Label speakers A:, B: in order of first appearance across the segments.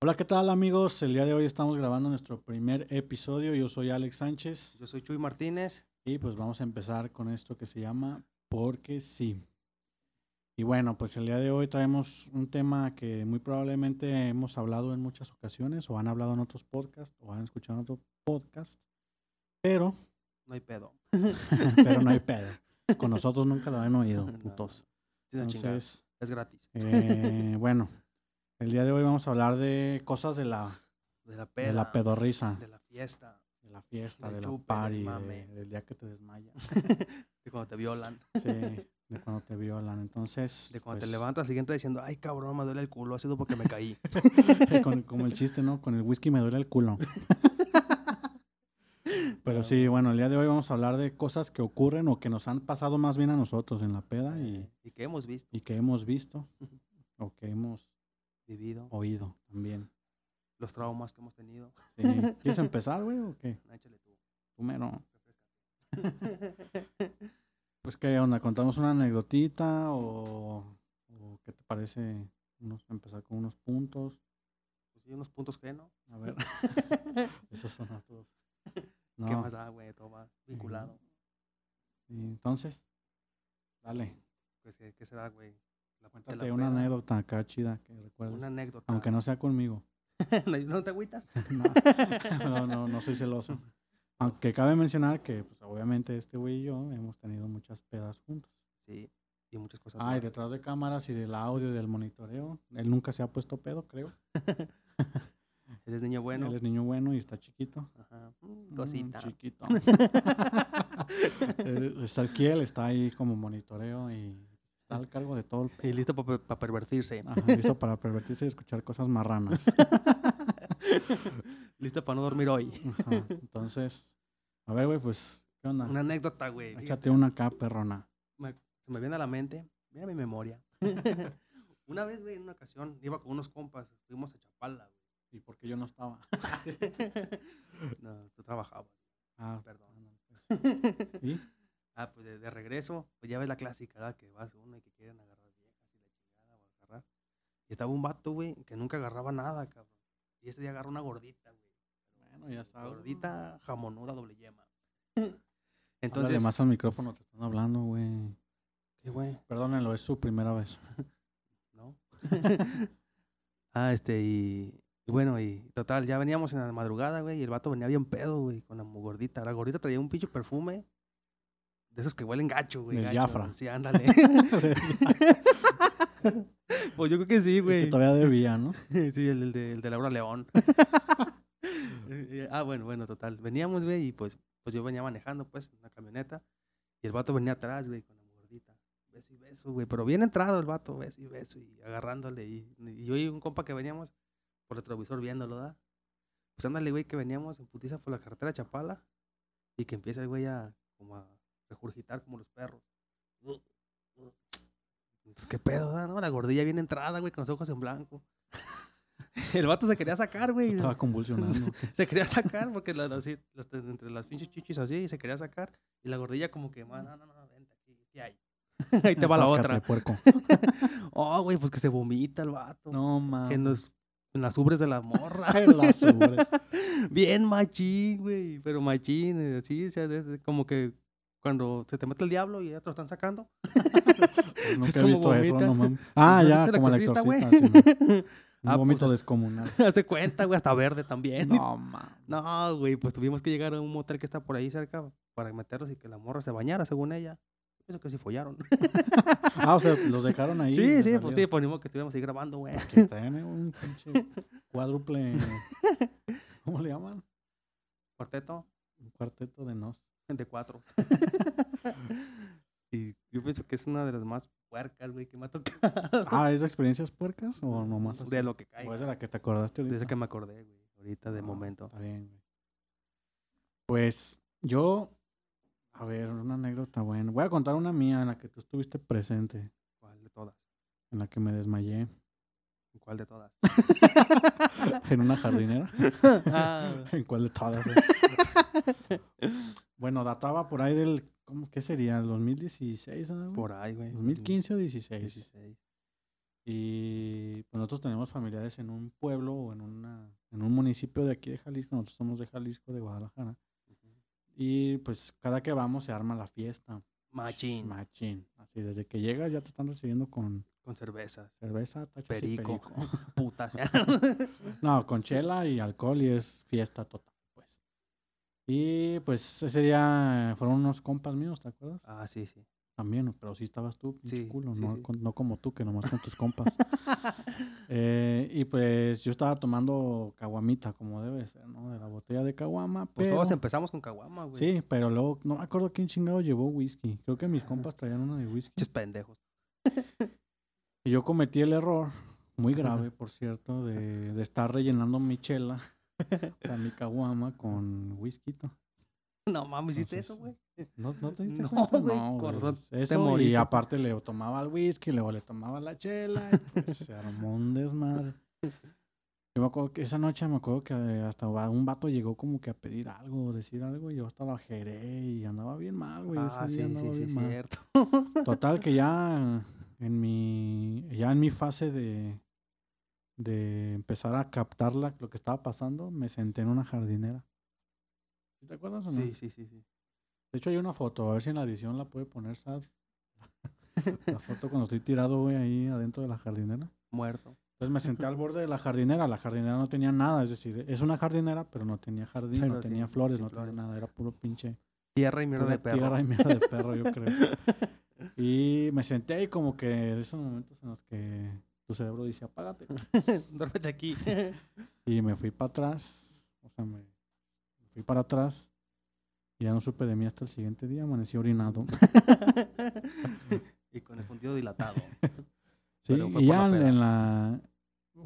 A: Hola, ¿qué tal amigos? El día de hoy estamos grabando nuestro primer episodio. Yo soy Alex Sánchez
B: Yo soy Chuy Martínez.
A: y pues vamos a empezar con esto que se llama Porque sí. Y bueno, pues el día de hoy traemos un tema que muy probablemente hemos hablado en muchas ocasiones o han hablado en otros podcasts o han escuchado en otro podcast, pero,
B: No hay pedo.
A: pero no hay pedo. Con nosotros nunca lo han oído,
B: No.
A: putos.
B: Sí, la chingada.
A: Entonces,
B: es gratis.
A: eh, bueno, el día de hoy vamos a hablar de cosas de la,
B: De la peda.
A: de la pedorrisa.
B: de la fiesta.
A: De la fiesta,
B: Del
A: de la
B: chupe, del
A: party, de-
B: mame.
A: del día que te desmayas.
B: De cuando te violan.
A: Sí, de cuando te violan. Entonces.
B: De cuando
A: pues,
B: te levantas siguiente diciendo, ay cabrón, me duele el culo, ha sido porque me caí.
A: con- como el chiste, ¿no? Con el whisky me duele el culo. Pero sí, bueno, el día de hoy vamos a hablar de cosas que ocurren o que nos han pasado más bien a nosotros en la peda y,
B: Eh, y que hemos visto,
A: y que hemos visto o que hemos
B: vivido,
A: oído también.
B: los traumas que hemos tenido.
A: Sí. ¿Quieres empezar, güey, o qué?
B: Ah, Échale tú. Pues,
A: Tú mero.
B: refresca.
A: Pues, ¿qué onda? ¿Contamos una anecdotita o, o qué te parece? Unos, empezar con unos puntos.
B: Pues, hay unos puntos que no.
A: A ver. Esos son otros. No.
B: ¿Qué más da, güey? Todo va vinculado.
A: y entonces, dale,
B: Pues, ¿qué, qué será, güey? La parte de la
A: cuéntate una
B: peda,
A: anécdota acá chida que recuerdes.
B: Una anécdota.
A: Aunque no sea conmigo.
B: no. te agüitas?
A: no, no, no, no soy celoso. Aunque cabe mencionar que, pues, obviamente, este güey y yo hemos tenido muchas pedas juntos.
B: Sí. Y muchas cosas.
A: Ay,
B: más.
A: detrás de cámaras y del audio y del monitoreo. Él nunca se ha puesto pedo, creo.
B: Eres niño bueno.
A: Él es niño bueno y está chiquito.
B: Ajá.
A: Mm,
B: Mm, Cosita.
A: chiquito. Eh, está aquí, él está ahí como monitoreo y está al cargo de todo el
B: Y listo para pervertirse.
A: Ajá, listo para pervertirse y escuchar cosas marranas.
B: Listo para no dormir hoy.
A: Ajá, Entonces, a ver, güey, pues, ¿qué onda?
B: Una anécdota, güey.
A: Échate una acá, perrona.
B: se me viene a la mente, mira mi memoria. una vez, güey, en una ocasión, iba con unos compas, fuimos a Chapala,
A: ¿Y por qué yo no estaba?
B: güey. no, tú trabajabas,
A: Ah,
B: perdón.
A: perdón. ¿Y?
B: Ah, pues de, de regreso, pues ya ves la clásica, ¿verdad? Que vas uno y que quieren agarrar viejas y la chingada o agarrar. Y estaba un vato, güey, que nunca agarraba nada, cabrón. Y ese día agarró una gordita, güey.
A: Bueno, ya sabes.
B: Gordita, jamonura, doble yema.
A: Entonces,
B: Entonces,
A: uh. más al micrófono, te están hablando, güey.
B: ¿qué, güey?
A: Perdónenlo, es su primera vez.
B: ¿no? ah, este, y, y bueno, y total, ya veníamos en la madrugada, güey, y el vato venía bien pedo, güey, con la mu- gordita. La gordita traía un pinche perfume de esos que huelen gacho, güey.
A: Del
B: gacho,
A: Jafra.
B: Sí, ándale. pues yo creo que sí,
A: Y Que
B: güey.
A: todavía debía, ¿no?
B: Sí, el, el de, el de Laura León. Eh, ah, bueno, bueno, total. Veníamos, güey, y pues, pues yo venía manejando, pues, en la camioneta. Y el vato venía atrás, güey, con la gordita. Beso y beso, güey. Pero bien entrado el vato, beso y beso, y agarrándole. Y, y yo y un compa que veníamos por el retrovisor viéndolo, ¿da? Pues ándale, güey, que veníamos en putiza por la carretera de Chapala. Y que empieza el güey a, como a regurgitar como los perros. Entonces, ¿qué pedo, da, no? La gordilla bien entrada, güey, con los ojos en blanco. El vato se quería sacar, güey.
A: Estaba convulsionando.
B: Se quería sacar porque la- la- así, las- entre las pinches chichis así, se quería sacar. Y la gordilla como que, "Ma, no, no, no, vente aquí, aquí hay. Ahí te va la
A: Atáscate,
B: otra.
A: puerco.
B: Oh, güey, pues que se vomita el vato.
A: No, mames.
B: en, los, en las ubres de la morra.
A: En las ubres.
B: Bien machín, güey. Pero machín, eh, así, o sea, desde- como que cuando se te mete el diablo y ya te lo están sacando.
A: Nunca he
B: como
A: visto eso,
B: vomita.
A: no mames. Ah,
B: ¿No
A: ya,
B: viste el
A: como el
B: exorcista, güey?
A: exorcista. sí, ¿no?
B: Ah,
A: Un vómito
B: pues,
A: descomunal.
B: Hace cuenta, güey, hasta verde también.
A: No, mames.
B: No, güey, pues tuvimos que llegar a un motel que está por ahí cerca para meterlos y que la morra se bañara, según ella. Yo pienso que sí follaron.
A: Ah, o sea, los dejaron ahí.
B: Sí,
A: de
B: sí, pues sí,
A: salida.
B: ponemos que estuviéramos ahí grabando, güey.
A: Que está en un pinche cuádruple. ¿Cómo le llaman?
B: Cuarteto
A: Un cuarteto de nos.
B: de cuatro. y yo pienso que es una de las más puercas, güey, que me ha tocado.
A: Ah, ¿es de experiencias puercas o nomás? así?
B: de lo que
A: ¿O
B: caiga.
A: es de la que te acordaste Pues, ahorita?
B: De esa que me acordé, güey, ahorita de
A: Ah,
B: momento.
A: Está bien, güey. Pues yo. A ver, una anécdota buena. Voy a contar una mía en la que tú estuviste presente,
B: ¿Cuál de todas?
A: en la que me desmayé
B: ¿Cuál de todas?
A: en una jardinera.
B: Ah,
A: ¿En cuál de todas, güey? bueno, databa por ahí del. ¿Cómo, ¿Qué sería? ¿El 2016? ah, güey?
B: por ahí, güey.
A: 2015 o 16.
B: 16.
A: Y pues, nosotros tenemos familiares en un pueblo o en, una, en un municipio de aquí de Jalisco. Nosotros somos de Jalisco, de Guadalajara. Y pues cada que vamos se arma la fiesta.
B: Machín.
A: Machín. Así, desde que llegas ya te están recibiendo con
B: Con cervezas.
A: cerveza, tachas y
B: Perico.
A: perico.
B: Putas.
A: No, con chela y alcohol y es fiesta total, pues. Y pues ese día fueron unos compas míos, ¿te acuerdas?
B: ah, sí, sí.
A: También, pero sí estabas tú, pinche
B: Sí,
A: culo,
B: sí,
A: no,
B: sí.
A: con- no como tú, que nomás con tus compas. Eh, y pues yo estaba tomando caguamita, como debe ser, ¿no? De la botella de caguama.
B: Pues
A: pero-
B: todos empezamos con caguama, güey.
A: Sí, pero luego no me acuerdo quién chingado llevó whisky. Creo que mis compas traían una de whisky.
B: Pinches pendejos.
A: Y yo cometí el error, muy grave, por cierto, de, de estar rellenando mi chela, o sea, mi caguama con whisky.
B: No mames, ¿hiciste
A: Entonces,
B: eso, güey?
A: ¿No, no te diste
B: No,
A: cuenta?
B: güey,
A: No,
B: con
A: güey,
B: razón
A: pues, Eso, y
B: moriste.
A: aparte le tomaba el whisky, luego le tomaba la chela, y pues se armó un desmadre. Yo me acuerdo que esa noche me acuerdo que hasta va- un vato llegó como que a pedir algo, decir algo, y yo hasta bajé y andaba bien mal, güey.
B: Ah,
A: ese
B: sí,
A: día
B: sí,
A: andaba
B: sí,
A: bien mal.
B: cierto.
A: Total que ya en mi ya en mi fase de de empezar a captar la- lo que estaba pasando, me senté en una jardinera. ¿Sí ¿Te acuerdas o no?
B: Sí, sí, sí, sí.
A: De hecho hay una foto, a ver si en la edición la puede poner Sad. La foto cuando estoy tirado, güey, ahí adentro de la jardinera.
B: Muerto.
A: Entonces me senté al borde de la jardinera. La jardinera no tenía nada, es decir, es una jardinera, pero no tenía jardín, no
B: Pero sí,
A: tenía flores,
B: sin
A: no
B: flores.
A: tenía nada, era puro pinche
B: Tierra y mierda
A: Pura
B: de perro.
A: Tierra y mierda de perro, yo creo. Y me senté y como que de esos momentos en los que tu cerebro dice, apágate.
B: Duérmete aquí.
A: Y me fui para atrás, o sea, me, me fui para atrás y ya no supe de mí hasta el siguiente día, amanecí orinado.
B: y con el fundido dilatado.
A: Sí,
B: Pero fue
A: y
B: por la
A: ya en-
B: peda.
A: en la,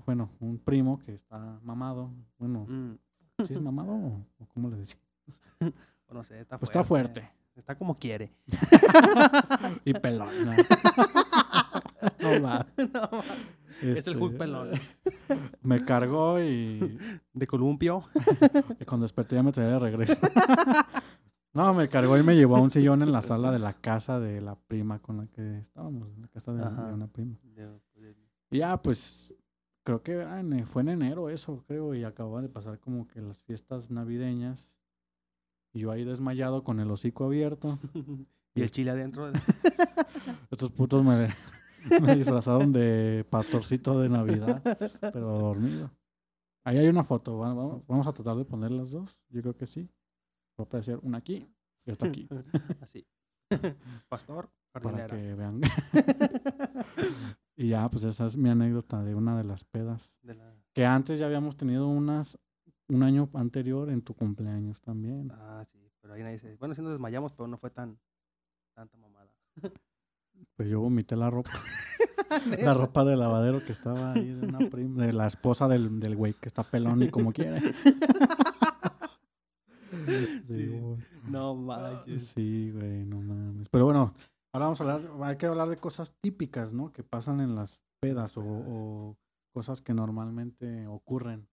A: bueno, un primo que está mamado, bueno,
B: Mm,
A: ¿sí es mamado o, o cómo le decía?
B: no sé, está fuerte.
A: Pues está fuerte
B: Está como quiere.
A: y pelón. No, No va.
B: No, es el
A: Ah.
B: Hulk
A: Este,
B: pelón.
A: Me cargó y
B: De columpio.
A: Y cuando desperté ya me traía de regreso. no, me cargó y me llevó a un sillón en la sala de la casa de la prima con la que estábamos, en la casa de, de
B: Ajá.
A: una prima.
B: De- de-
A: Y ya, pues, creo que era en- fue en enero eso, creo, y acababa de pasar como que las fiestas navideñas. Y yo ahí desmayado con el hocico abierto.
B: y el chile adentro.
A: Estos putos me, me disfrazaron de pastorcito de Navidad, pero dormido. Ahí hay una foto, va- va- vamos a tratar de poner las dos, yo creo que sí. Va a aparecer una aquí y otra aquí,
B: Así. Pastor,
A: para
B: jardinera.
A: que vean. y ya, pues esa es mi anécdota de una de las pedas.
B: De la-
A: Que antes ya habíamos tenido unas un año anterior en tu cumpleaños también.
B: Ah, sí. Pero ahí nadie dice. Bueno, sí nos desmayamos, pero no fue tan tanta mamada.
A: Pues yo vomité la ropa. la ropa de lavadero que estaba ahí de una prima, de la esposa del, del güey que está pelón y como quiere.
B: Sí.
A: Sí, Ah, güey.
B: No manches.
A: Sí, güey, no mames. Pero bueno, ahora vamos a hablar, hay que hablar de cosas típicas, ¿no? Que pasan en las pedas o,
B: pedas.
A: o cosas que normalmente ocurren.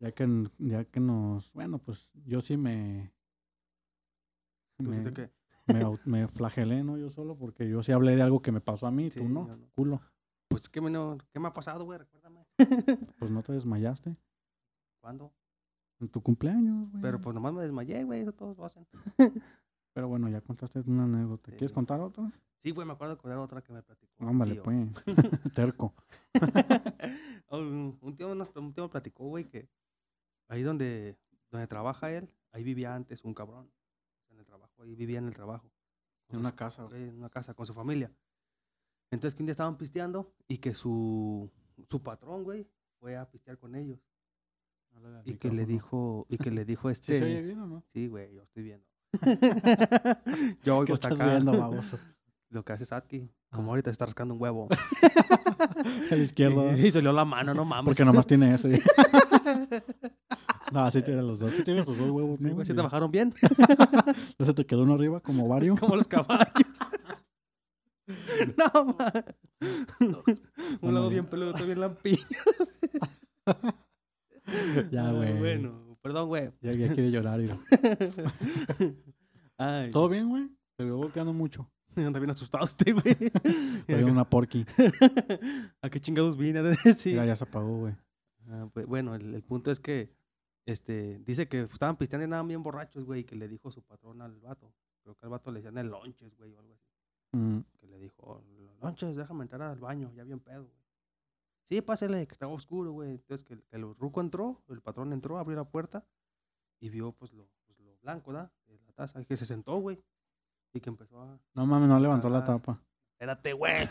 A: Ya que, ya que nos, bueno, pues yo sí me...
B: ¿Tú
A: me-
B: siento que
A: me, au- me flagelé, ¿no? Yo solo, porque yo sí hablé de algo que me pasó a mí,
B: Sí,
A: tú no,
B: yo no.
A: culo.
B: Pues, ¿qué me, no- ¿qué me ha pasado, güey? Recuérdame.
A: Pues no te desmayaste
B: ¿Cuándo?
A: en tu cumpleaños, güey.
B: Pero pues nomás me desmayé, güey. Eso todos lo hacen.
A: Pero bueno, ya contaste una anécdota.
B: Sí.
A: ¿Quieres contar otra?
B: Sí, güey, me acuerdo de contar otra que me platicó. un
A: Ándale,
B: tío.
A: pues. Terco.
B: un un tío nos un tío me platicó, güey, que ahí donde, donde trabaja él, ahí vivía antes un cabrón. En el trabajo, ahí vivía en el trabajo.
A: En
B: con su-
A: una casa, güey.
B: En una casa con su familia. Entonces, que un día estaban pisteando y que su, su patrón, güey, fue a pistear con ellos. Y que le dijo, y que le dijo
A: ¿Sí
B: este.
A: se oye bien o no?
B: Sí, güey, yo estoy viendo. yo
A: ¿Qué
B: oigo hasta
A: estás
B: acá.
A: viendo, baboso?
B: Lo que hace Satki, como
A: Ah.
B: ahorita está rascando un huevo.
A: El izquierdo.
B: Y, y se olió la mano, no mames.
A: Porque nomás tiene eso. y- no, sí tiene los dos. Sí tiene sus dos huevos,
B: Sí,
A: ¿no?
B: güey,
A: güey?
B: ¿sí te bajaron bien,
A: ¿No se te quedó uno arriba como vario?
B: como los caballos. no, ma. Un
A: Bueno,
B: lado
A: ya.
B: bien peludo, otro bien lampiño.
A: ya,
B: Ah,
A: güey.
B: Bueno, perdón, güey.
A: Ya, ya quiere llorar. y-
B: Ay,
A: ¿Todo bien, güey? Te veo volteando mucho.
B: Anda bien asustado este, güey. Y
A: Traía
B: acá,
A: una porky.
B: ¿A qué chingados vine? Sí.
A: Mira, ya se apagó, güey.
B: Ah, pues, bueno, el, el punto es que este, dice que estaban pisteando y andaban bien borrachos, güey, y que le dijo su patrón al vato. Creo que al vato le decían el lonches, güey, o algo así.
A: Mm,
B: Que le dijo, "Oh, lonches, déjame entrar al baño, ya bien pedo, güey. Sí, pásale, que estaba oscuro, güey. Entonces que, el- que el ruco entró, el patrón entró, abrió la puerta y vio pues lo, pues, lo blanco, ¿da? De la taza, que se sentó, güey. Y que empezó a...
A: No mames, no levantó la
B: Ah.
A: tapa.
B: Espérate, güey.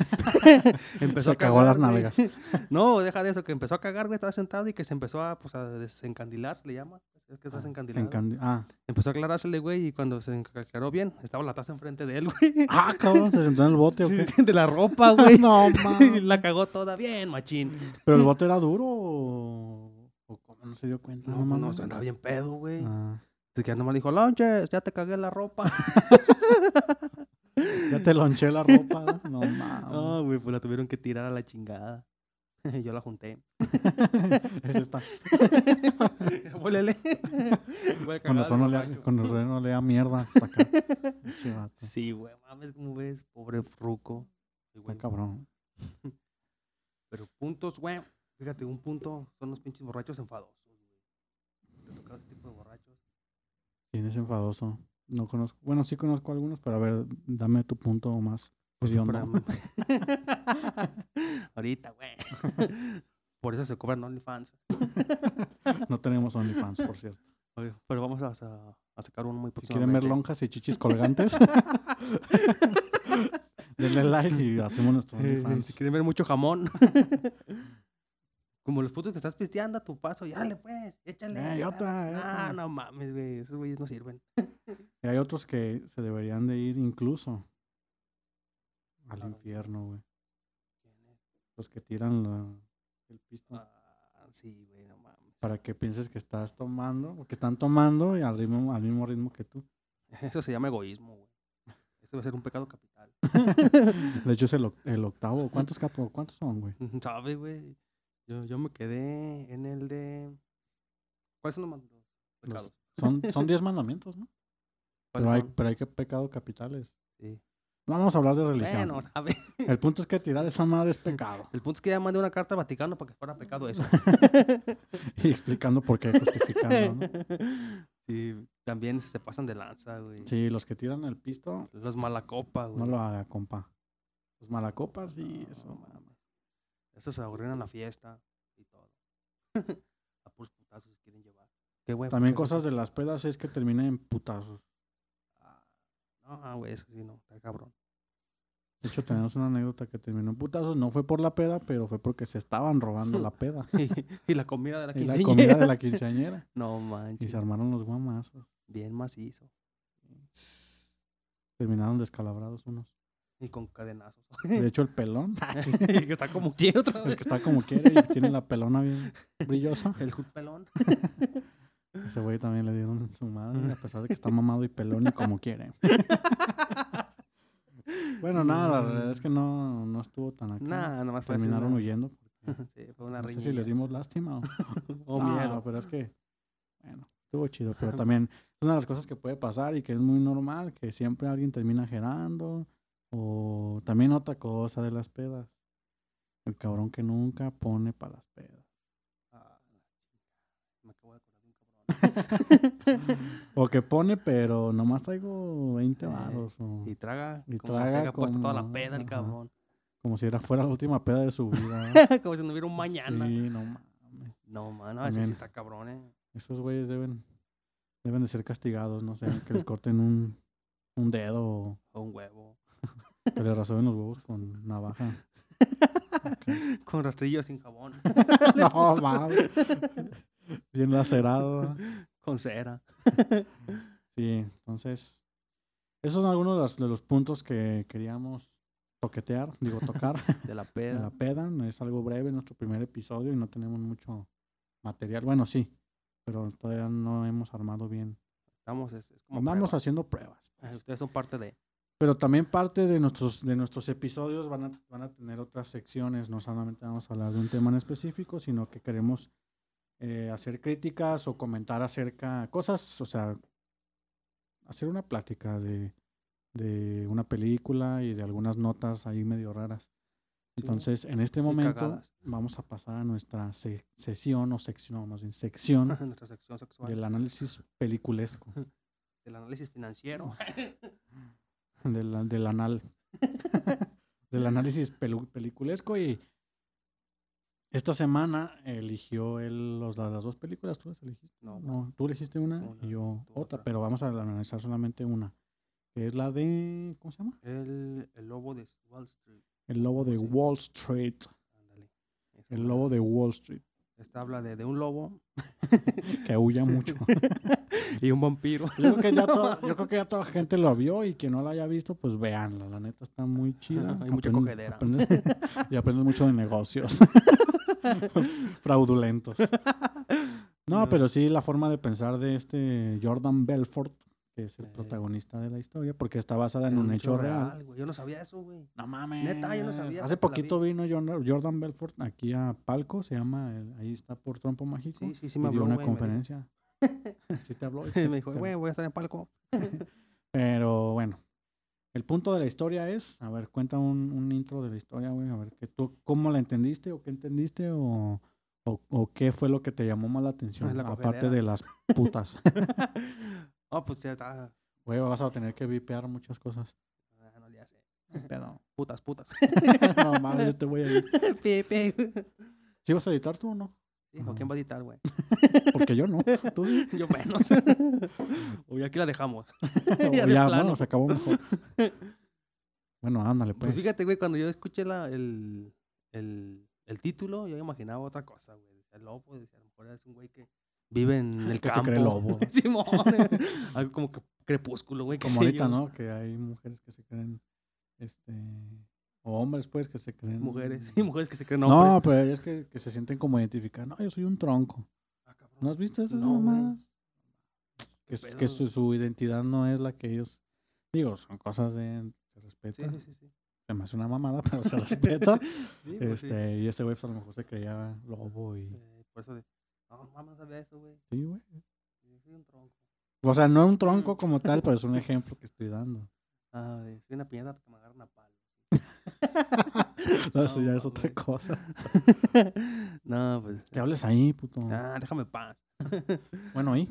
A: Se cagó las
B: güey.
A: nalgas.
B: No, deja de eso, que empezó a cagar, güey, estaba sentado y que se empezó a, pues, a desencandilar, se le llama. Es que estás
A: Ah, se
B: encandilado.
A: encandi- Ah.
B: Empezó a aclarársele, güey, y cuando se enc- aclaró bien, estaba la taza enfrente de él, güey.
A: ah, cabrón, se sentó en el bote o qué.
B: Sí, De la ropa, güey.
A: No
B: Y
A: mames.
B: la cagó toda bien, machín.
A: Pero el bote era duro o, o cómo no se dio cuenta.
B: No, no,
A: mames.
B: andaba bien pedo, güey.
A: Ah,
B: Así que nomás le dijo, lonches, ya te cagué la ropa.
A: ya te lonché la ropa. No mames.
B: No, güey, pues la tuvieron que tirar a la chingada. Yo la junté.
A: Ese está.
B: Vuélele. Voy a
A: Con
B: cagar
A: razón no
B: al
A: le
B: baño.
A: con razón no le da mierda. hasta acá. Pinche vato.
B: Sí, güey, mames, como ves, pobre fruco. Y,
A: Está
B: güey,
A: cabrón.
B: Pero puntos, güey. Fíjate, un punto son los pinches borrachos enfadosos, güey. Te tocaba ese tipo de borrachos.
A: ¿Quién es enfadoso? No conozco. Bueno, sí conozco algunos, pero a ver, dame tu punto más. hediondo.
B: Para- Ahorita, güey. Por eso se cobran OnlyFans.
A: No tenemos OnlyFans, por cierto.
B: Oye, Pero vamos a, sa- a sacar uno muy
A: Si quieren ver
B: próximamente.
A: lonjas y chichis colgantes, denle like y hacemos nuestro
B: Eh, si
A: OnlyFans.
B: quieren ver mucho jamón. Como los putos que estás pisteando a tu paso, y dale pues, échale.
A: Eh, y otra, eh,
B: Ah,
A: otra.
B: no mames, güey. Esos güeyes no sirven.
A: Y hay otros que se deberían de ir incluso al
B: Claro.
A: infierno, güey. Los que tiran la- el pisto
B: Ah, sí, güey, no mames.
A: para que pienses que estás tomando, o que están tomando y al ritmo, al mismo ritmo que tú.
B: Eso se llama egoísmo, güey. Eso va a ser un pecado capital.
A: De hecho, es el, oc- el octavo. ¿Cuántos capos? ¿Cuántos son, güey?
B: ¿Sabes, güey? Yo, yo me quedé en el de. ¿Cuáles son los más- los pecados?
A: Son, son diez mandamientos, ¿no? Pero
B: ¿Cuáles
A: hay,
B: son?
A: pero hay que pecado capitales.
B: Sí.
A: No vamos a hablar de religión.
B: Bueno, ¿sabes?
A: El punto es que tirar esa madre es pecado.
B: El punto es que ya mandé una carta al Vaticano para que fuera pecado eso.
A: Y explicando por qué, justificando, ¿no?
B: sí, también se pasan de lanza, güey.
A: Sí, los que tiran el pisto,
B: Los malacopa, güey.
A: no lo haga, compa. Los malacopas, sí,
B: No,
A: eso.
B: mames. Esos se arruinan la fiesta y todo. a puros putazos se quieren llevar. Qué bueno.
A: También cosas de las pedas es que terminen en putazos.
B: Ah, No, güey, eso sí, no. Está cabrón.
A: De hecho, tenemos una anécdota que terminó en putazos. No fue por la peda, pero fue porque se estaban robando la peda.
B: y, y la comida de la
A: Y la
B: quinceañera.
A: comida de la quinceañera.
B: No
A: Y
B: manches.
A: se armaron los guamazos.
B: Bien macizo.
A: Terminaron descalabrados unos.
B: Y con cadenazos.
A: De hecho, el pelón,
B: Y que está como quiere otra
A: el
B: vez.
A: que está como quiere y tiene la pelona bien brillosa.
B: El Hulk pelón.
A: Ese güey también le dieron su madre, a pesar de que está mamado y pelón y como quiere. bueno, nada, la verdad es que no, no estuvo tan acá.
B: Nada, nomás fue así
A: Terminaron
B: una-
A: huyendo.
B: Sí, fue una
A: No sé
B: riña. Ah,
A: si les oh, dimos lástima o,
B: o
A: No,
B: miedo.
A: pero es que, bueno, estuvo chido. Pero también es una de las cosas que puede pasar y que es muy normal, que siempre alguien termina gerando. O también otra cosa de las pedas. El cabrón que nunca pone para las pedas.
B: Ah,
A: pues.
B: la chingada. Me acabo de acordar de un cabrón.
A: O que pone, pero nomás traigo 20
B: Eh,
A: varos. o-
B: y traga.
A: Y
B: como si
A: traga
B: haya puesto toda la
A: como-
B: peda el
A: ajá.
B: cabrón.
A: Como si era fuera la última peda de su vida.
B: como si no hubiera un mañana.
A: Sí, no mames.
B: No, mano, ese sí
A: También.
B: está cabrón, eh.
A: Esos güeyes deben, deben de ser castigados, no sé, que les corten un, un dedo o
B: O un huevo.
A: que le rasoben los huevos con navaja.
B: Con rastrillo sin jabón.
A: no
B: pues,
A: mames. Bien lacerado. ¿verdad?
B: con cera.
A: Sí, entonces, esos son algunos de los, de los puntos que queríamos toquetear, digo, tocar
B: De la
A: en
B: peda.
A: la peda. No Es algo breve, nuestro primer episodio y no tenemos mucho material. Bueno, sí, pero todavía no hemos armado bien
B: Estamos, es, es como.
A: Andamos
B: prueba.
A: haciendo pruebas. pues.
B: Eh, Ustedes son parte de.
A: Pero también parte de nuestros, de nuestros episodios van a, van a tener otras secciones. No solamente vamos a hablar de un tema en específico, sino que queremos eh, hacer críticas o comentar acerca cosas, o sea, hacer una plática de de una película y de algunas notas ahí medio raras.
B: Sí.
A: Entonces, en este momento
B: cagadas.
A: vamos a pasar a nuestra se- sesión o sección, no, más bien sección
B: Nuestra sección sexual.
A: del análisis peliculesco,
B: del análisis
A: Mm.
B: financiero.
A: del, a- del anal, del análisis pelu- peliculesco y esta semana eligió él los, las, las dos películas, tú las elegiste.
B: No,
A: No, tú elegiste una,
B: Una,
A: y yo
B: tú
A: otra,
B: otra.
A: pero vamos a analizar solamente una, que es la de, ¿cómo se llama?
B: El, el lobo de Wall Street.
A: El lobo de
B: Sí.
A: Wall Street.
B: Ándale. Esa
A: El
B: madre.
A: lobo de Wall Street,
B: Esta habla de, de un lobo
A: que aúlla mucho.
B: y un vampiro.
A: Yo creo, que ya toda, yo creo que ya toda gente lo vio y que no la haya visto, pues véanla. La neta está muy chida.
B: Hay mucha
A: Aprenden-
B: cogedera.
A: aprendes- y aprendes mucho de negocios. Fraudulentos. No,
B: No.
A: pero sí la forma de pensar de este Jordan Belfort, que es el
B: Eh.
A: protagonista de la historia, porque está basada en un hecho real.
B: güey. Yo no sabía eso, güey.
A: No mames.
B: Neta, yo no sabía
A: Hace
B: hasta que la
A: poquito vino Jordan Jordan Belfort aquí a Palco, se llama, eh, ahí está por Trompo Mágico.
B: Sí, sí, sí
A: y
B: me
A: dio
B: habló,
A: una
B: güey, me dijo-
A: conferencia. sí te habló.
B: Me dijo, güey, voy a estar en palco.
A: Pero bueno, el punto de la historia es, a ver, cuenta un, un intro de la historia, güey, a ver, que tú, ¿cómo la entendiste o qué entendiste o, o, o qué fue lo que te llamó más la atención?
B: Ah, la
A: aparte
B: cogedera.
A: de las putas.
B: Oh, pues ya está.
A: Güey, vas a tener que vipear muchas cosas.
B: Ah, no, ya sé.
A: Pero
B: Putas, putas.
A: no mames, yo te voy a ir.
B: Pepe.
A: ¿Sí vas a editar tú o no?
B: Sí, ¿o ¿Quién va a editar, güey?
A: Porque yo no. Tú sí.
B: Yo menos. Uy, aquí la dejamos.
A: O
B: Ya de
A: ya,
B: plano.
A: no, se acabó mejor. Bueno, ándale,
B: Pues
A: pues.
B: fíjate, güey, cuando yo escuché la, el, el, el título, yo imaginaba otra cosa, güey. Decía, El lobo, decía, a lo mejor es un güey que vive en el
A: Que se
B: campo.
A: cree lobo.
B: Simón. eh. Algo como que crepúsculo, güey. qué
A: Como
B: sé
A: ahorita,
B: yo.
A: ¿no? Que hay mujeres que se creen, este, o hombres, pues, que se creen.
B: Mujeres. Y mujeres que se creen hombres.
A: Mm. No, pues, pero es que, que se sienten como identificadas. No, yo soy un tronco.
B: Ah, cabrón.
A: ¿No has visto esas
B: No, güey.
A: mamadas? Que, es-
B: pedo,
A: que su,
B: güey?
A: su identidad no es la que ellos. Digo, son cosas de. Se respeta.
B: Sí, sí, sí. sí.
A: Se me hace una mamada, pero se respeta.
B: Sí, pues sí.
A: este, Y ese güey, pues, a lo mejor se creía lobo y.
B: Eh, por eso de. No, mamá, no sabía eso, güey.
A: Sí, güey.
B: Yo soy un tronco.
A: O sea, no un tronco como tal, pero es un ejemplo que estoy dando.
B: Ah, güey, soy una piñata porque me agarran a palo.
A: No, eso
B: No,
A: ya es otra
B: mames.
A: cosa.
B: no, pues.
A: Que hables ahí, puto.
B: Ah, déjame en paz.
A: Bueno, ahí.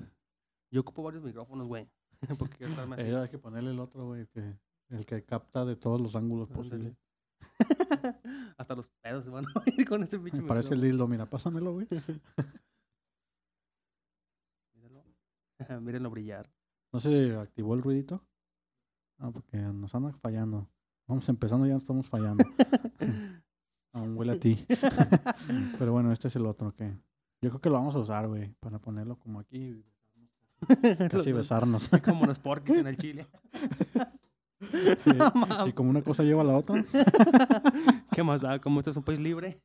B: Yo ocupo varios micrófonos, güey. Porque quiero estarme así.
A: Eh, hay que ponerle el otro, güey, que el que capta de todos los ángulos posibles.
B: Ándale. Hasta los pedos se van a oír con este pinche
A: Me parece el
B: micrófono.
A: dildo, mira, pásamelo, güey.
B: Míralo. Mírenlo brillar.
A: No se activó el ruidito. No, porque nos andan fallando. Vamos empezando, ya estamos fallando. Aún huele a ti. Pero bueno, este es el otro que. Yo creo que lo vamos a usar, güey, para ponerlo como aquí. Casi
B: Los dos,
A: besarnos.
B: Como los porques en el chile.
A: y como una cosa lleva a la otra.
B: ¿Qué más da? Como este es un país libre.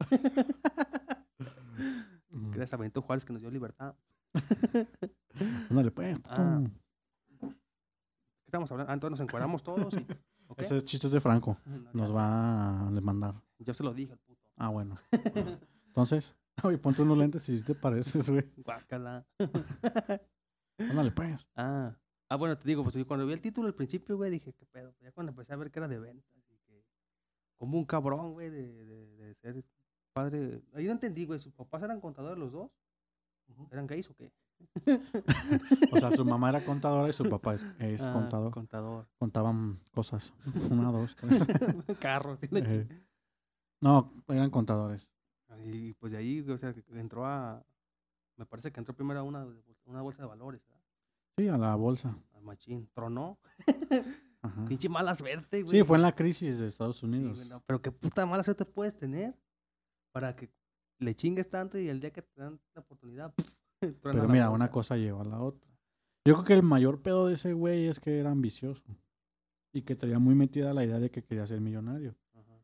A: mm,
B: Gracias a Benito Juárez que nos dio libertad.
A: Ándale, pues. puto.
B: Ah, ¿Qué estamos hablando? Ah, entonces nos encuadramos todos. y- ¿ok?
A: Ese es chistes de Franco.
B: No,
A: Nos
B: ya
A: va a demandar.
B: sé. Yo se lo dije al puto.
A: Ah, bueno. Entonces, oye, ponte unos lentes y si te pareces, güey.
B: Guácala.
A: Ándale, pues.
B: Ah. Ah, bueno, te digo, pues yo cuando vi el título al principio, güey, dije, qué pedo. Pues, Ya cuando empecé a ver que era de ventas y que como un cabrón, güey, de, de- de ser padre. Ahí no entendí, güey, sus papás eran contadores los dos. ¿Eran gays o qué?
A: O sea, su mamá era contadora y su papá es, es
B: Ah,
A: contador.
B: Contador.
A: Contaban cosas. Una, dos, tres.
B: Carros. sí, la
A: Eh,
B: chingada.
A: no, eran contadores.
B: Y pues de ahí, o sea, que entró a. Me parece que entró primero a una, una bolsa de valores, ¿verdad?
A: Sí, a la bolsa.
B: Al machín. Tronó.
A: Ajá.
B: Pinche mala suerte, güey.
A: Sí, fue en la crisis de Estados
B: Sí,
A: Unidos.
B: güey, no, pero qué puta mala suerte puedes tener para que le chingues tanto y el día que te dan la oportunidad. pf, truena
A: Pero
B: la
A: mira,
B: bolsa.
A: una cosa lleva a la otra. Yo creo que el mayor pedo de ese güey es que era ambicioso y que traía muy metida la idea de que quería ser millonario.
B: Ajá.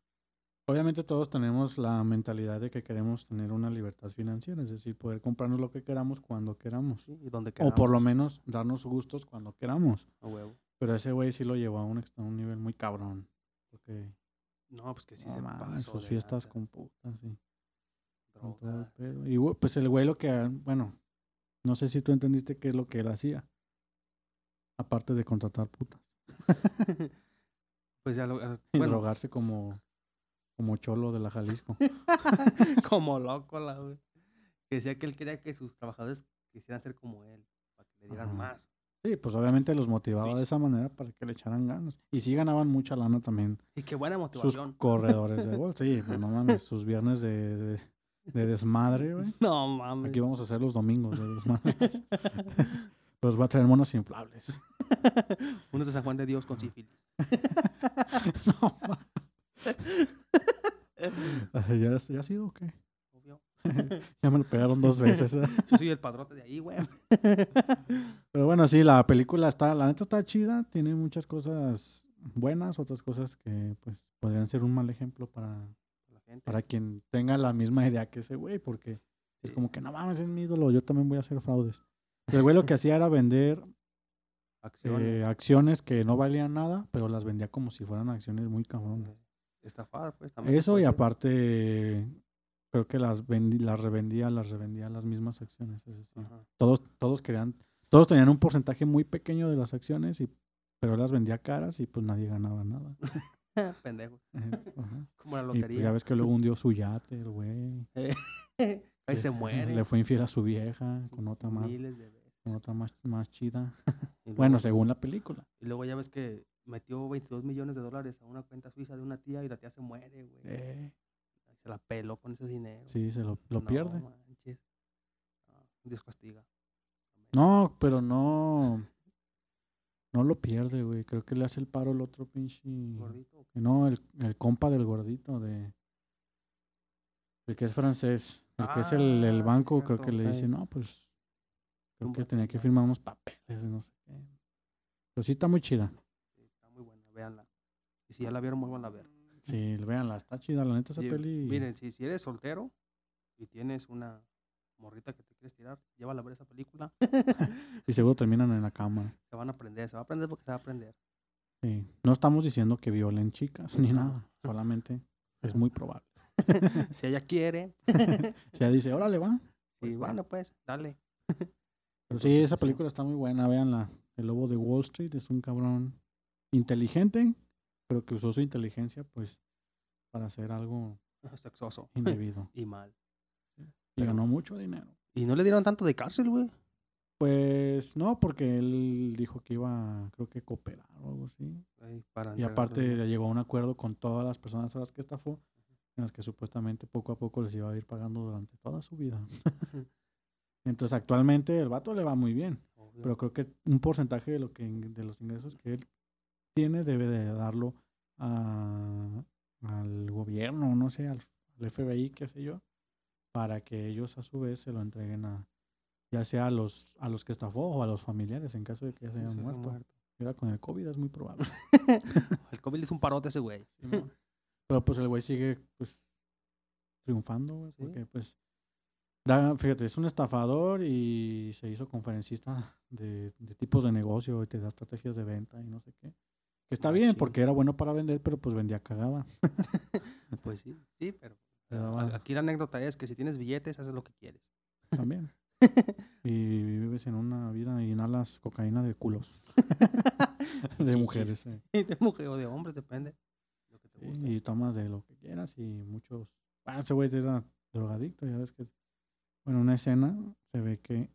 A: Obviamente todos tenemos la mentalidad de que queremos tener una libertad financiera, es decir, poder comprarnos lo que queramos cuando queramos.
B: Sí, y donde
A: O por lo
B: queramos,
A: menos darnos gustos cuando queramos.
B: a huevo.
A: Pero ese güey sí lo llevó a un, ex- a un nivel muy cabrón. Porque
B: No, pues que sí
A: no
B: se
A: mames,
B: pasó
A: sus
B: de
A: fiestas
B: lanza,
A: con putas sí, con todo el
B: drogas.
A: pedo. Y güey, pues el güey lo que, bueno, no sé si tú entendiste qué es lo que él hacía. Aparte de contratar putas.
B: pues ya lo. ah,
A: Y
B: Bueno,
A: drogarse como, como cholo de la Jalisco.
B: como loco, la güey. Que decía que él quería que sus trabajadores quisieran ser como él, para que le dieran
A: Ajá.
B: más.
A: Sí, pues obviamente los motivaba de esa manera para que le echaran ganas. Y sí ganaban mucha lana también
B: Y qué buena
A: sus
B: motivación.
A: corredores de gol. Sí, pues no mames, sus viernes de, de, de desmadre, güey.
B: No mames.
A: Aquí vamos a hacer los domingos de desmadre. Pues va a traer monos inflables.
B: Uno es de San Juan de Dios con sífilis.
A: No mames. ¿Ya, has- ¿Ya has ido o qué?
B: Obvio.
A: Ya me lo pegaron dos veces. ¿eh?
B: Yo soy el padrote de ahí, güey.
A: Pero bueno, sí, la película está, la neta está chida, tiene muchas cosas buenas, otras cosas que pues podrían ser un mal ejemplo para,
B: La gente.
A: para quien tenga la misma idea que ese güey, porque es
B: Sí.
A: como que no mames, es mi ídolo, yo también voy a hacer fraudes. El güey lo que hacía era vender
B: Acciones.
A: eh, acciones que no valían nada, pero las vendía como si fueran acciones muy cabronas.
B: Estafar, pues. también se
A: Eso
B: puede
A: y
B: hacer.
A: aparte creo que las vendi- las revendía, las revendía las mismas acciones, es decir,
B: Ajá.
A: todos, todos querían, todos tenían un porcentaje muy pequeño de las acciones, y, pero él las vendía caras y pues nadie ganaba nada.
B: Pendejo.
A: Ajá.
B: Como la
A: Y pues, ya
B: lotería.
A: ves que luego hundió su yate, el güey.
B: Ahí
A: que
B: se muere.
A: Le fue infiel a su vieja con otra más,
B: Miles de veces.
A: con otra más, más chida.
B: Y luego-
A: Bueno, según la película.
B: Y luego ya ves que metió 22 millones de dólares a una cuenta suiza de una tía y la tía se muere, güey.
A: Eh,
B: Se la peló con ese dinero.
A: sí, se lo, lo
B: No
A: pierde.
B: manches. No, Dios castiga.
A: No, pero no. No lo pierde, güey. Creo que le hace el paro el otro pinche.
B: Gordito.
A: No, el, el compa del gordito de. El que es francés. El que es el,
B: Ah,
A: el
B: sí,
A: banco, creo que
B: cierto,
A: le dice,
B: ey.
A: no, pues. Creo que
B: Túmbate,
A: tenía que
B: ya".
A: firmar unos papeles, no sé qué. Pero sí está muy chida.
B: Sí, está muy buena, véanla. Y si ya la vieron, vuelvan a ver.
A: Sí, véanla, está chida, la neta esa
B: Y
A: peli.
B: Miren, si, si eres soltero y tienes una morrita que te quieres tirar, llévala a ver esa película.
A: Y seguro terminan en la cama.
B: Se van a aprender, se va a aprender porque se va a aprender.
A: Sí. No estamos diciendo que violen chicas ni
B: No.
A: nada. Solamente es muy probable.
B: Si ella quiere,
A: O sea, dice, órale, va.
B: sí,
A: Pues,
B: bueno, pues, dale.
A: Pero sí,
B: Entonces,
A: esa
B: sí.
A: película está muy buena, véanla. El lobo de Wall Street es un cabrón inteligente, pero que usó su inteligencia pues para hacer algo
B: Sexoso.
A: indebido.
B: Y mal.
A: y
B: Pero-
A: ganó mucho dinero.
B: Y no le dieron tanto de cárcel, güey.
A: Pues no, porque él dijo que iba, creo que cooperar o algo así.
B: Ahí para
A: Y
B: entregar los
A: aparte
B: documentos.
A: llegó a un acuerdo con todas las personas a las que estafó, en las que supuestamente poco a poco les iba a ir pagando durante toda su vida. Entonces actualmente el vato le va muy bien.
B: Obvio.
A: pero creo que un porcentaje de lo que ing- de los ingresos que él tiene debe de darlo a- al gobierno, no sé, al, al FBI, qué sé yo, para que ellos a su vez se lo entreguen a ya sea a los a los que estafó o a los familiares en caso de que ya se
B: Sí,
A: hayan
B: se haya
A: muerto. Era con el COVID es muy probable.
B: El COVID es un parote ese güey.
A: Simón. Pero pues el güey sigue pues triunfando, güey,
B: Sí.
A: porque pues da, fíjate, es un estafador y se hizo conferencista de, de tipos de negocio y te da estrategias de venta y no sé qué. Que está
B: Ah,
A: bien
B: chido.
A: porque era bueno para vender, pero pues vendía cagada.
B: Pues sí, sí, pero.
A: Pero
B: a-
A: bueno.
B: Aquí la anécdota es que si tienes billetes, haces lo que quieres.
A: también. y vives en una vida y inhalas cocaína de culos. de
B: Chichis.
A: mujeres. eh.
B: De mujer o de hombres, depende. Lo que te
A: Sí,
B: guste.
A: Y tomas de lo que quieras y muchos... Ah, ese güey era drogadicto, ya ves que... Bueno, en una escena se ve que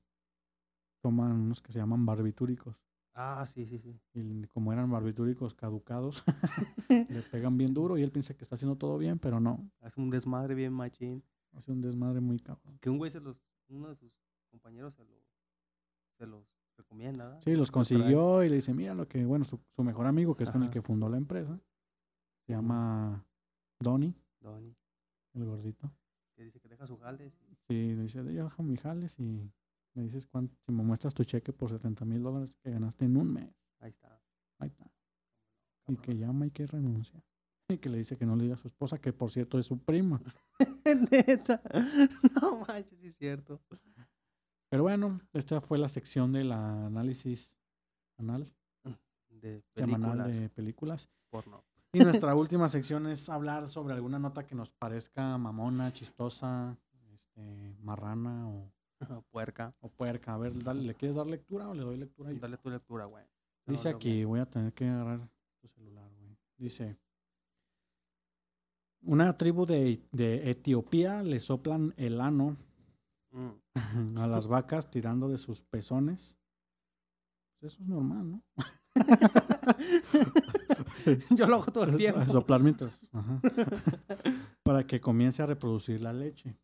A: toman unos que se llaman barbitúricos.
B: Ah, sí, sí, sí.
A: Y como eran barbitúricos caducados, le pegan bien duro y él piensa que está haciendo todo bien, pero no.
B: Hace un desmadre bien machín.
A: Hace un desmadre muy cabrón.
B: Que un güey se los. Uno de sus compañeros se, lo- se los recomienda. ¿verdad?
A: Sí, los
B: Los trae.
A: consiguió y le dice, mira lo que... Bueno, su, su mejor amigo, que es con el
B: Ajá.
A: que fundó la empresa, se llama Donny,
B: Donnie,
A: el gordito.
B: que dice que deja su jales. y-
A: Sí, le dice, yo bajo mi jales y me dices cuánto, si me muestras tu cheque por 70 mil dólares que ganaste en un mes.
B: Ahí está.
A: Ahí está. Y que llama y que renuncia. Y que le dice que no le diga a su esposa, que por cierto es su prima.
B: Neta. No manches, sí es cierto.
A: Pero bueno, esta fue la sección del análisis anal,
B: De
A: semanal
B: películas
A: de películas.
B: porno.
A: Y nuestra última sección es hablar sobre alguna nota que nos parezca mamona, chistosa, este, marrana o,
B: Puerca.
A: o puerca. A ver, dale, ¿le quieres dar lectura o le doy lectura? yo?
B: Dale tu lectura, güey. No,
A: Dice
B: no,
A: aquí, voy a tener que agarrar tu celular, güey. Dice, una tribu de, de Etiopía le soplan el ano
B: mira. Mm.
A: a las vacas tirando de sus pezones. Pues eso es normal, ¿no?
B: Yo lo hago todo el
A: So-
B: tiempo.
A: Soplar mientras. ajá. Para que comience a reproducir la leche.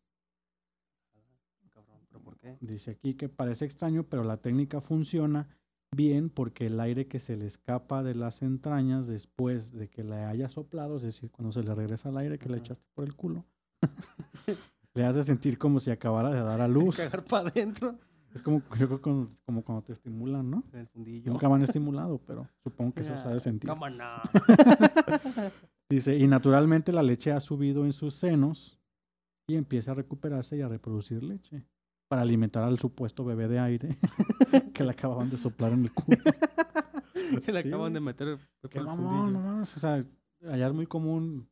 B: Cabrón, ¿pero por qué?
A: Dice aquí que parece extraño, pero la técnica funciona bien porque el aire que se le escapa de las entrañas después de que le haya soplado, es decir, cuando se le regresa el aire que le
B: Ajá.
A: echaste por el culo, le hace sentir como si acabara de dar a luz.
B: Cagar para adentro
A: Es como, yo creo, como, como cuando te estimulan, ¿no?
B: en el fundillo.
A: Nunca me han estimulado, pero supongo que eso se ha de
B: Ah,
A: sentir.
B: cómo no.
A: Dice, y naturalmente la leche ha subido en sus senos y empieza a recuperarse y a reproducir leche para alimentar al supuesto bebé de aire que le acababan de soplar en el culo.
B: que le
A: Sí,
B: acaban
A: güey.
B: de meter el- por
A: Qué
B: el
A: mamón, no
B: fundillo.
A: mames. O sea, allá es muy común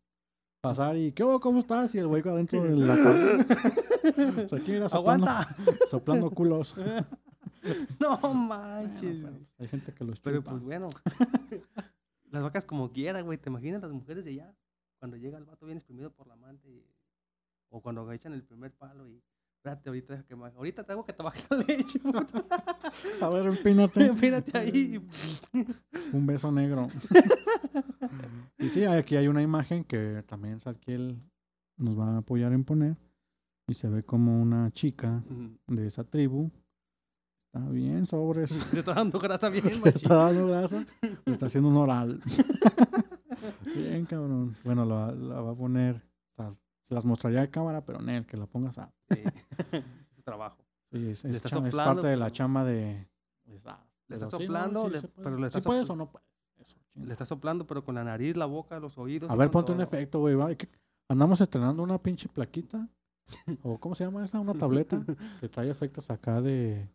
A: pasar y, ¿qué hubo? ¿Cómo estás? Y el güey adentro de la cama. O sea, aquí mira, soplando,
B: ¡Aguanta!
A: soplando culos.
B: ¡No
A: Bueno,
B: manches!
A: pero hay gente que los chupa.
B: Pero pues bueno, las vacas como quiera, güey. ¿Te imaginas las mujeres de allá? Cuando llega el vato bien exprimido por la amante y- o cuando echan el primer palo y espérate, ahorita deja que ma- ahorita te hago que te baje la leche, puta.
A: A ver, empínate.
B: Espérate ahí.
A: Un beso negro. y sí, aquí hay una imagen que también Sarkiel nos va a apoyar en poner. Y se ve como una chica
B: Mm.
A: de esa tribu. Está bien, sobres.
B: Se está dando grasa bien,
A: Se
B: machín.
A: está dando grasa. Le está haciendo un oral. bien, cabrón. Bueno, la, la va a poner. o sea, se las mostraría a cámara, pero en que la pongas a.
B: Sí. Es su trabajo.
A: Sí, es,
B: Le
A: es
B: está
A: cha- es
B: soplando,
A: parte de la
B: pero-
A: chamba de. de esa.
B: Le
A: Pero
B: está
A: sí, no,
B: soplando,
A: sí
B: le-
A: se puede.
B: pero le está
A: ¿Sí puedes
B: sopl-
A: o no puedes? Eso,
B: Le
A: chinga.
B: está soplando, pero con la nariz, la boca, los oídos.
A: A
B: y
A: ver,
B: con
A: ponte un
B: todo.
A: efecto, güey. va, que- Andamos estrenando una pinche plaquita. ¿O cómo se llama esa? Una tableta que trae efectos acá de,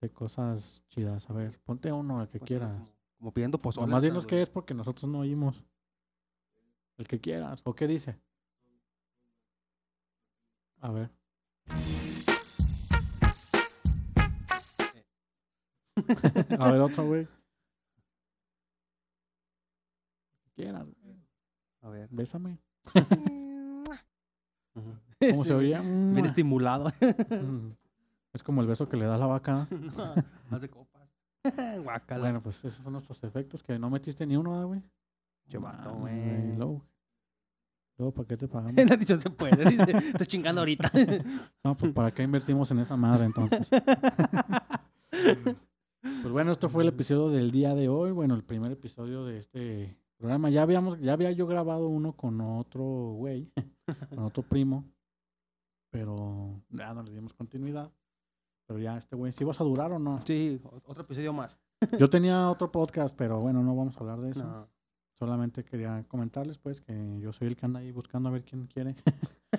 A: de cosas chidas. A ver, ponte uno, el que
B: Ponte
A: quieras.
B: Como, como pidiendo pozole.
A: Nomás
B: al
A: dinos qué
B: Salvador.
A: es porque nosotros no oímos. El que quieras. ¿O qué dice? A ver. A ver, otro, güey. Quieras, güey.
B: A ver.
A: bésame.
B: ¿Cómo
A: ¿Cómo se oía?
B: Bien
A: Mua.
B: estimulado.
A: Mm. Es como el beso que le da la vaca.
B: Hace copas. Guácala.
A: Bueno, pues esos son nuestros efectos que no metiste ni uno, ¿verdad, güey.
B: Che, vato,
A: Mames,
B: güey.
A: Luego, luego, ¿para qué te pagamos?
B: Nadie dicho se puede. Dice, estás chingando ahorita.
A: No, pues ¿para qué invertimos en esa madre entonces? pues bueno, esto fue el episodio del día de hoy. Bueno, el primer episodio de este programa. Ya habíamos, ya había yo grabado uno con otro güey, con otro primo. Pero ya no le dimos continuidad. Pero ya este güey, ¿sí vas a durar o no?
B: sí, o- otro episodio más.
A: Yo tenía otro podcast, pero bueno, no vamos a hablar de eso.
B: No.
A: Solamente quería comentarles, pues, que yo soy el que anda ahí buscando a ver quién quiere.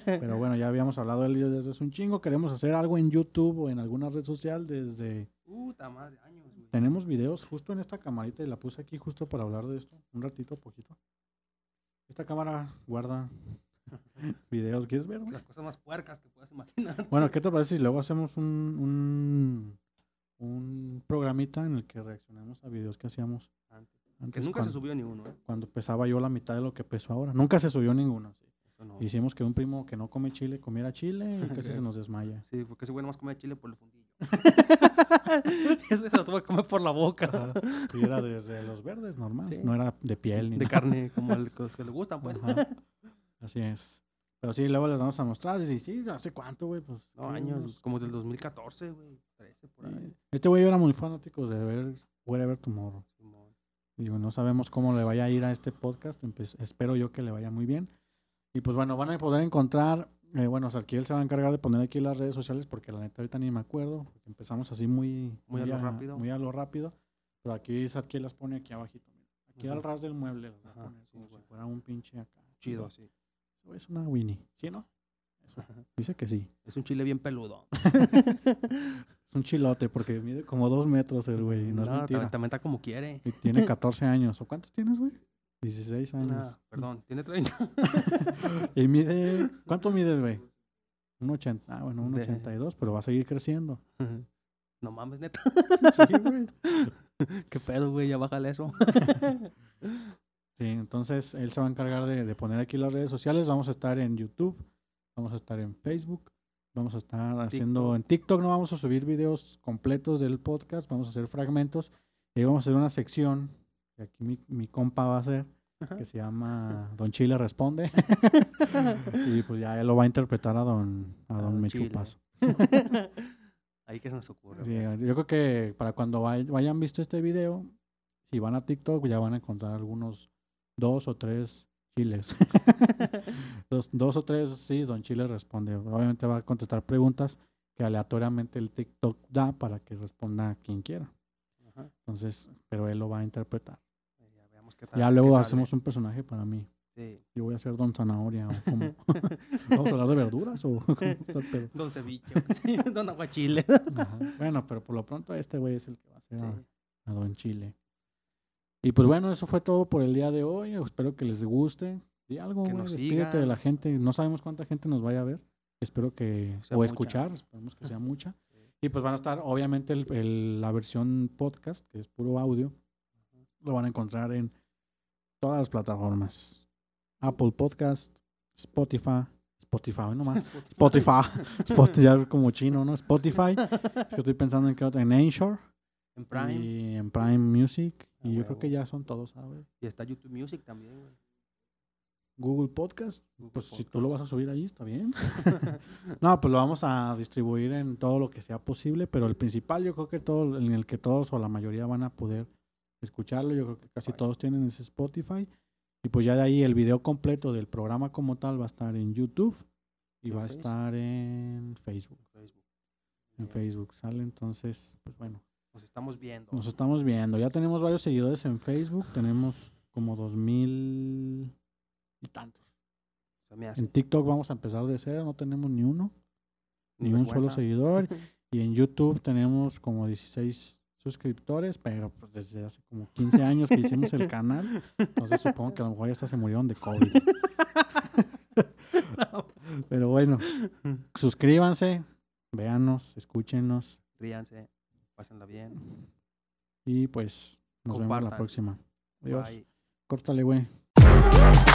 A: Pero bueno, ya habíamos hablado de ello desde hace un chingo. Queremos hacer algo en YouTube o en alguna red social desde...
B: Puta madre, años, güey.
A: Tenemos videos justo en esta camarita y la puse aquí justo para hablar de esto. Un ratito, poquito. Esta cámara guarda videos. ¿Quieres ver? güey?
B: Las cosas más puercas que puedas imaginar.
A: Bueno, ¿qué te parece si luego hacemos un, un, un programita en el que reaccionemos a videos que hacíamos
B: Antes. Que
A: antes?
B: nunca se
A: cuando-
B: subió ni uno, ¿eh?
A: cuando pesaba yo la mitad de lo que peso ahora. Nunca se subió ninguno. sí.
B: Eso no.
A: Hicimos que un primo que no come chile comiera chile y casi se nos desmaya.
B: Sí, porque ese güey nomás come chile por el fundillo. ese se lo tuvo que comer por la boca.
A: Y era desde los verdes, normal.
B: Sí.
A: No era de piel ni
B: De
A: nada.
B: carne, como el- los que le gustan, pues.
A: Ajá. Así es. Pero sí, luego les vamos a mostrar. Y sí, ¿hace cuánto, güey? Pues
B: No,
A: sí,
B: años,
A: unos-
B: como del 2014, güey. 13, por ahí.
A: Sí. Este güey era muy fanático de ver Wherever Tomorrow.
B: Simón.
A: Digo, no sabemos cómo le vaya a ir a este podcast. empe- espero yo que le vaya muy bien. Y pues bueno, van a poder encontrar. eh, bueno, Sarkiel se va a encargar de poner aquí las redes sociales porque la neta ahorita ni me acuerdo. porque empezamos así muy,
B: Muy a lo rápido.
A: Muy a lo rápido. Pero aquí Sarkiel las pone aquí abajito. mira. Aquí al
B: Ajá.
A: ras del mueble las va a
B: Ajá,
A: poner
B: sí,
A: como si
B: güey.
A: fuera un pinche acá.
B: Chido, así.
A: Es una Winnie. ¿Sí, no? Eso. Dice que sí.
B: Es un chile bien peludo.
A: Es un chilote porque mide como dos metros el güey. No, es
B: No,
A: mentira.
B: también, también está como quiere.
A: Y tiene 14 años. ¿O cuántos tienes, güey? 16 años.
B: Ah, perdón, tiene 30.
A: Y mide. ¿Cuánto mides, güey? Un 80. Ah, bueno, un
B: De-
A: 82, pero va a seguir creciendo.
B: No mames, neta.
A: Sí, güey.
B: ¿Qué pedo, güey? Ya bájale eso.
A: Sí, entonces él se va a encargar de, de poner aquí las redes sociales. Vamos a estar en YouTube, vamos a estar en Facebook, vamos a estar haciendo en TikTok. No vamos a subir videos completos del podcast, vamos a hacer fragmentos. Y ahí vamos a hacer una sección que aquí mi, mi compa va a hacer, que se llama Don Chile Responde. y pues ya él lo va a interpretar a Don, a
B: A
A: don
B: don
A: Mechupas.
B: Ahí que se nos ocurre.
A: Sí,
B: güey.
A: yo creo que para cuando vay- vayan visto este video, si van a TikTok ya van a encontrar algunos dos o tres chiles. dos, dos o tres, sí, Don Chile responde. Obviamente va a contestar preguntas que aleatoriamente el TikTok da para que responda a quien quiera.
B: Ajá.
A: Entonces, pero él lo va a interpretar.
B: Ya veamos qué tal.
A: ya
B: qué
A: luego
B: Ah, sale.
A: hacemos un personaje para mí.
B: Sí.
A: Yo voy a ser Don Zanahoria. o como- ¿Vamos a hablar de verduras o cómo está el pedo?
B: Don Ceviche, sí, Don Aguachile.
A: Ajá. Bueno, pero por lo pronto este güey es el que va a ser a-
B: Sí.
A: a Don Chile. Y pues bueno, eso fue todo por el día de hoy. Espero que les guste. Di algo,
B: Que
A: güey,
B: nos
A: despídete de
B: sigan.
A: la gente. No sabemos cuánta gente nos vaya a ver. Espero que
B: sea
A: o
B: mucha.
A: escuchar, esperemos que sea mucha. Y pues van a estar, obviamente, el- el- la versión podcast, que es puro audio. Lo van a encontrar en todas las plataformas. Apple Podcast, Spotify, Spotify, hoy nomás. Spotify, Spotify, ya como chino, ¿no? Spotify. Es que estoy pensando en que otra, en Anchor.
B: En Prime. Y...
A: Y en Prime Music.
B: A
A: y yo creo que
B: huevo.
A: ya son todos, ¿sabes?
B: está YouTube Music también, güey.
A: Google Podcast.
B: Google
A: Pues si tú lo vas
B: Podcast.
A: a subir ahí, está bien. no, pues lo vamos a distribuir en todo lo que sea posible. Pero el principal, yo creo que todo, en el que todos o la mayoría van a poder escucharlo. Yo creo que casi
B: Spotify.
A: todos tienen ese Spotify. Y pues ya de ahí el video completo del programa como tal va a estar en YouTube y
B: En
A: va a
B: Facebook.
A: estar en Facebook.
B: Facebook.
A: En
B: Bien.
A: Facebook sale, entonces, pues bueno.
B: Nos estamos viendo.
A: Nos estamos viendo. Ya tenemos varios seguidores en Facebook. Tenemos como dos mil y tantos.
B: Se me hace.
A: En TikTok vamos a empezar de cero. No tenemos ni uno,
B: Ni
A: ni un
B: vergüenza.
A: solo seguidor. Y en YouTube tenemos como 16 suscriptores, pero pues desde hace como 15 años que hicimos el canal. Entonces supongo que a lo mejor ya hasta se murieron de COVID. Pero bueno, suscríbanse, véanos, escúchenos
B: Ríanse. Pásenla bien.
A: y pues nos vemos la
B: Compartan.
A: próxima. Adiós.
B: Bye.
A: Córtale, güey.